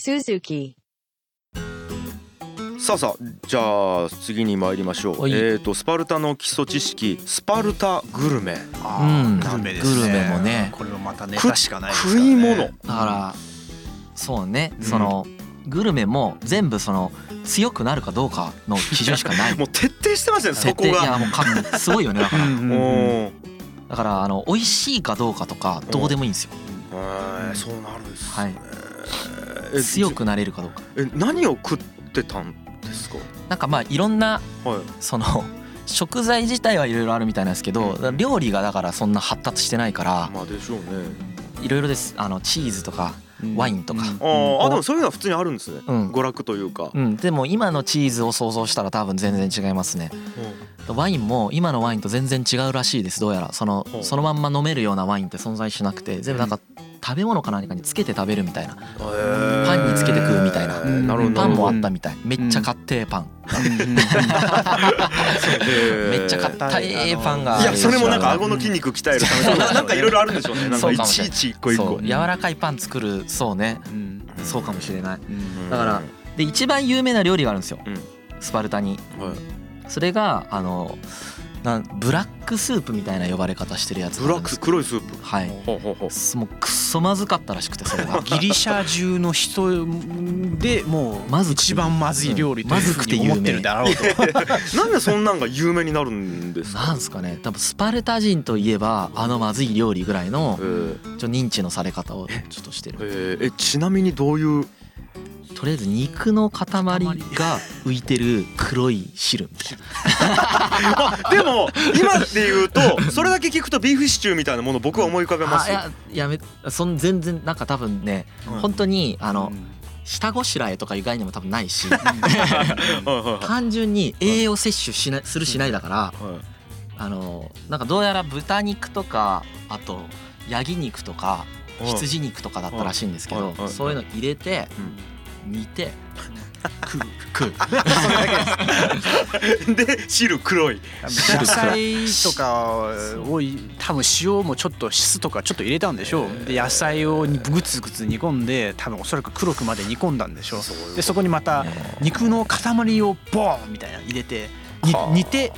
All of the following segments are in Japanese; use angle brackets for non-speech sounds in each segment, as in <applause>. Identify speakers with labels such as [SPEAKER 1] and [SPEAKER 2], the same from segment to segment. [SPEAKER 1] Suzuki.
[SPEAKER 2] さあさあじゃあ次に参りましょう、
[SPEAKER 3] はい
[SPEAKER 2] えっ、とスパルタの基礎知識スパルタグルメ
[SPEAKER 4] あ
[SPEAKER 3] うん
[SPEAKER 4] ーグルメですね
[SPEAKER 3] グルメもね
[SPEAKER 4] これもまたネ
[SPEAKER 2] く
[SPEAKER 4] タしかないですから
[SPEAKER 2] 食
[SPEAKER 4] ね
[SPEAKER 2] い物
[SPEAKER 3] だからそうね、
[SPEAKER 2] うん
[SPEAKER 3] そのグルメも全部その強くなるかどうかの基準しかな
[SPEAKER 2] <laughs>
[SPEAKER 3] い
[SPEAKER 2] もう徹底してますねそ
[SPEAKER 3] 設
[SPEAKER 2] こ
[SPEAKER 3] 定い
[SPEAKER 2] が
[SPEAKER 3] やもうかすごいよねだから
[SPEAKER 4] うん
[SPEAKER 2] おー
[SPEAKER 3] だからあの美味しいかどうかとかどうでもいいんですよ
[SPEAKER 2] へーそうなるんですね、
[SPEAKER 3] はい
[SPEAKER 2] え
[SPEAKER 3] 強くなれるかどうか
[SPEAKER 2] え何を食ってたんですか
[SPEAKER 3] なんかまあいろんな
[SPEAKER 2] はい
[SPEAKER 3] その食材自体はいろいろあるみたいなんですけど
[SPEAKER 2] うん
[SPEAKER 3] 料理がだからそんな発達してないから
[SPEAKER 2] まあでしょうね
[SPEAKER 3] いろいろですあのチーズとかワインとか
[SPEAKER 2] あーあでもそういうのは普通にあるんですね
[SPEAKER 3] うん、
[SPEAKER 2] 娯楽というか、
[SPEAKER 3] うん、でも今のチーズを想像したら多分全然違いますねワインも今のワインと全然違うらしいですどうやらその
[SPEAKER 2] ほう
[SPEAKER 3] そのまんま飲めるようなワインって存在しなくて全部なんか食べ物か何かにつけて食べるみたいな
[SPEAKER 2] パ
[SPEAKER 3] パンにつけて食うみたいな
[SPEAKER 2] なるほど
[SPEAKER 3] パンもあ
[SPEAKER 2] っ
[SPEAKER 3] ったみたいめっちゃ買ってパン
[SPEAKER 2] て
[SPEAKER 3] めっちゃ買ったえパンが
[SPEAKER 2] いやそれもなんか
[SPEAKER 3] ある
[SPEAKER 2] 顎の筋肉鍛えるた
[SPEAKER 3] <laughs>
[SPEAKER 2] めとかななんかいろいろあるんでしょうねなん
[SPEAKER 3] そ
[SPEAKER 2] か
[SPEAKER 3] う
[SPEAKER 2] い
[SPEAKER 3] かもし
[SPEAKER 2] ち
[SPEAKER 3] れない
[SPEAKER 2] いち一個一
[SPEAKER 3] そ
[SPEAKER 2] 個
[SPEAKER 3] う柔らかいパン作るそうねそうかもしれないだからで一番有名な料理があるんですよ
[SPEAKER 2] うん
[SPEAKER 3] スパルタに
[SPEAKER 2] ら、はい、
[SPEAKER 3] それがあのなんブラックスープみたいな呼ばれ方してるやつ
[SPEAKER 2] ブ
[SPEAKER 3] があ
[SPEAKER 2] ラッ
[SPEAKER 3] るんです
[SPEAKER 2] ク黒いスープ
[SPEAKER 3] はい
[SPEAKER 2] ほうほうほう
[SPEAKER 3] すもうくっそまずかったらしくてそれが
[SPEAKER 4] ギリシャ中の人でも
[SPEAKER 3] まず
[SPEAKER 4] う
[SPEAKER 3] くて
[SPEAKER 4] 一番まずい料理というふうに
[SPEAKER 3] うんま
[SPEAKER 4] 思
[SPEAKER 3] ずくて有名
[SPEAKER 4] ってるだろうと
[SPEAKER 2] なんでそんなんが有名になるんです
[SPEAKER 3] な
[SPEAKER 2] か
[SPEAKER 3] んすかね多分スパルタ人といえばあのまずい料理ぐらいの
[SPEAKER 2] えー
[SPEAKER 3] ちょ認知のされ方をちょっとしてる
[SPEAKER 2] えーえちなみにどう
[SPEAKER 3] <laughs>
[SPEAKER 2] いう
[SPEAKER 3] とりあえず肉の塊が浮いてる黒い汁みたいな
[SPEAKER 2] でも今で言うとそれだけ聞くとビーフシチューみたいなもの僕は思い浮かべま
[SPEAKER 3] あ
[SPEAKER 2] す
[SPEAKER 3] いややめそん全然なんか多分ね、
[SPEAKER 2] うん
[SPEAKER 3] 本当にあの、
[SPEAKER 4] うん
[SPEAKER 3] 下ごしらえとかいう概念も多分ないし
[SPEAKER 2] はいはいはい
[SPEAKER 3] 単純に栄養摂取しないするしないだから
[SPEAKER 2] はい
[SPEAKER 3] あのなんかどうやら豚肉とかあとヤギ肉とか羊肉とかだったらしいんですけ
[SPEAKER 2] はいは
[SPEAKER 3] ど
[SPEAKER 2] いはい
[SPEAKER 3] そういうの入れて
[SPEAKER 2] うん
[SPEAKER 3] 煮て食 <laughs> う
[SPEAKER 2] で汁黒い
[SPEAKER 4] 野菜とかを多分塩もちょっと酢とかちょっと入れたんでしょうで野菜をグツグツ煮込んで多分おそらく黒くまで煮込んだんでしょうでそこにまた肉の塊をボーンみたいなの入れてに
[SPEAKER 2] はあ
[SPEAKER 4] 煮て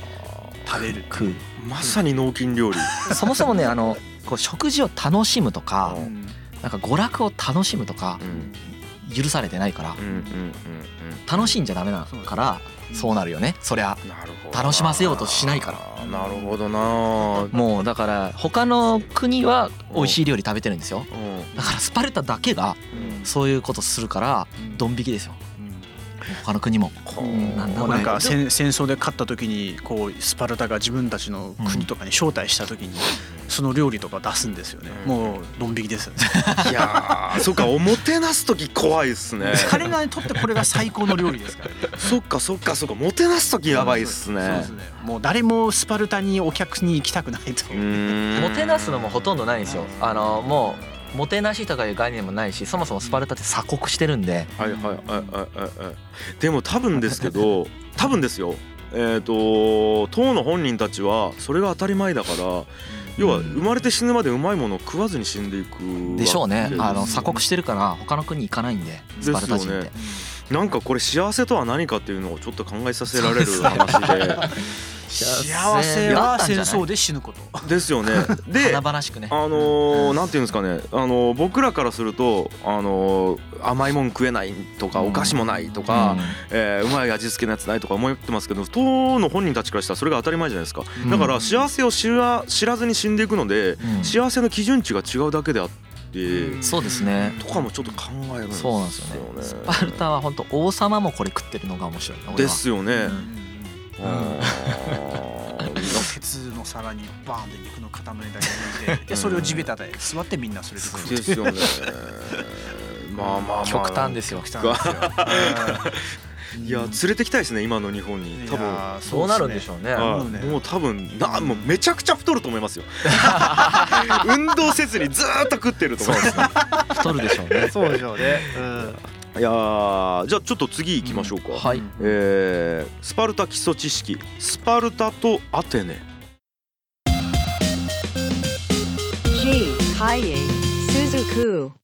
[SPEAKER 4] 食べる
[SPEAKER 3] 食う
[SPEAKER 2] まさに脳筋料理
[SPEAKER 3] そもそもねあのこう食事を楽しむとか
[SPEAKER 2] うん
[SPEAKER 3] なんか娯楽を楽しむとか
[SPEAKER 2] うん
[SPEAKER 3] 許されてないから
[SPEAKER 2] うんうん
[SPEAKER 3] 楽しんじゃダメなからそうなるよねそりゃ
[SPEAKER 2] うんなるほど
[SPEAKER 3] 楽しませようとしないから
[SPEAKER 2] らなるほどな
[SPEAKER 3] もうだから他の国は美味しい料理食べてるんですよ
[SPEAKER 2] うん
[SPEAKER 3] だからスパルタだけがそういうことするからドン引きですよ他の国もなんだ
[SPEAKER 4] も
[SPEAKER 3] こ
[SPEAKER 4] うなん
[SPEAKER 3] れ
[SPEAKER 4] か戦戦争で勝った時にこうスパルタが自分たちの国とかに招待した時にその料理とか出すんですよね
[SPEAKER 2] うん
[SPEAKER 4] もうドン引きですよね
[SPEAKER 2] いやーそっかおもてなす時怖いっすね
[SPEAKER 4] 彼らにとってこれが最高の料理ですからね
[SPEAKER 2] そっかそっかそっかもてなす時やばいっす
[SPEAKER 4] そうで
[SPEAKER 2] ね
[SPEAKER 4] すねもう誰もスパルタにお客に行きたくないと
[SPEAKER 2] うーん
[SPEAKER 3] もてなすのもほとんどないんですよあのもうもてなしとかいう概念もないしそもそもスパルタって鎖国してるんで
[SPEAKER 2] はいはいはいはいはいはいでも多分ですけ
[SPEAKER 3] <laughs>
[SPEAKER 2] ど多分ですよえっ、と党の本人たちはそれが当たり前だから要は生まれて死ぬまでうまいものを食わずに死んでいく
[SPEAKER 3] でしょう
[SPEAKER 2] わ
[SPEAKER 3] ね
[SPEAKER 2] け
[SPEAKER 3] あの鎖国してるから他の国行かないんでスパルタ人って、
[SPEAKER 2] なんかこれ幸せとは何かっていうのをちょっと考えさせられる
[SPEAKER 3] <laughs>
[SPEAKER 2] 話
[SPEAKER 4] 幸せは戦争で死ぬこと
[SPEAKER 2] でですよねで
[SPEAKER 3] 華々しくね
[SPEAKER 2] あのーなんていうんですかね、あのー僕らからすると、あのー甘いもん食えないとか、
[SPEAKER 3] うん
[SPEAKER 2] お菓子もないと
[SPEAKER 3] うん
[SPEAKER 2] か、えーうまい味付けのやつないとか思ってますけど党の本人たちからしたらそれが当たり前じゃないですか
[SPEAKER 3] うん
[SPEAKER 2] だから幸せを知ら知らずに死んでいくので
[SPEAKER 3] うん
[SPEAKER 2] 幸せの基準値が違うだけであって
[SPEAKER 3] そうですね
[SPEAKER 2] とかもちょっと考えるんです
[SPEAKER 3] そ
[SPEAKER 2] よ
[SPEAKER 3] うなん
[SPEAKER 2] ね
[SPEAKER 3] ですよねスパルタは本当王様もこれ食ってるのが面白いな俺は
[SPEAKER 2] <laughs> ですよね
[SPEAKER 3] うん
[SPEAKER 2] あ
[SPEAKER 3] <laughs>
[SPEAKER 2] ー
[SPEAKER 4] 鉄の皿にバーンで肉の塊だけ入れてでそれを地べたで座ってみんなそれで食う
[SPEAKER 2] ですよねまあまあまあ
[SPEAKER 3] 極端ですよ
[SPEAKER 4] 極端ですようん
[SPEAKER 2] <laughs> いや連れてきたいですね今の日本に多
[SPEAKER 4] い
[SPEAKER 2] 分
[SPEAKER 4] やー
[SPEAKER 3] そうなるんでしょうね
[SPEAKER 2] は
[SPEAKER 4] そうね
[SPEAKER 2] いもう多分なもうめちゃくちゃ太ると思います
[SPEAKER 3] <laughs>
[SPEAKER 2] よ運動せずにずーっと食ってると思います
[SPEAKER 3] 太るでしょう
[SPEAKER 4] <laughs>
[SPEAKER 3] ね
[SPEAKER 4] そうでしょうねうん
[SPEAKER 2] いやーじゃあちょっと次行きましょうか、
[SPEAKER 3] はい
[SPEAKER 2] えースパルタ基礎知識スパルタとアテネ
[SPEAKER 1] G. Kaye Suzuku.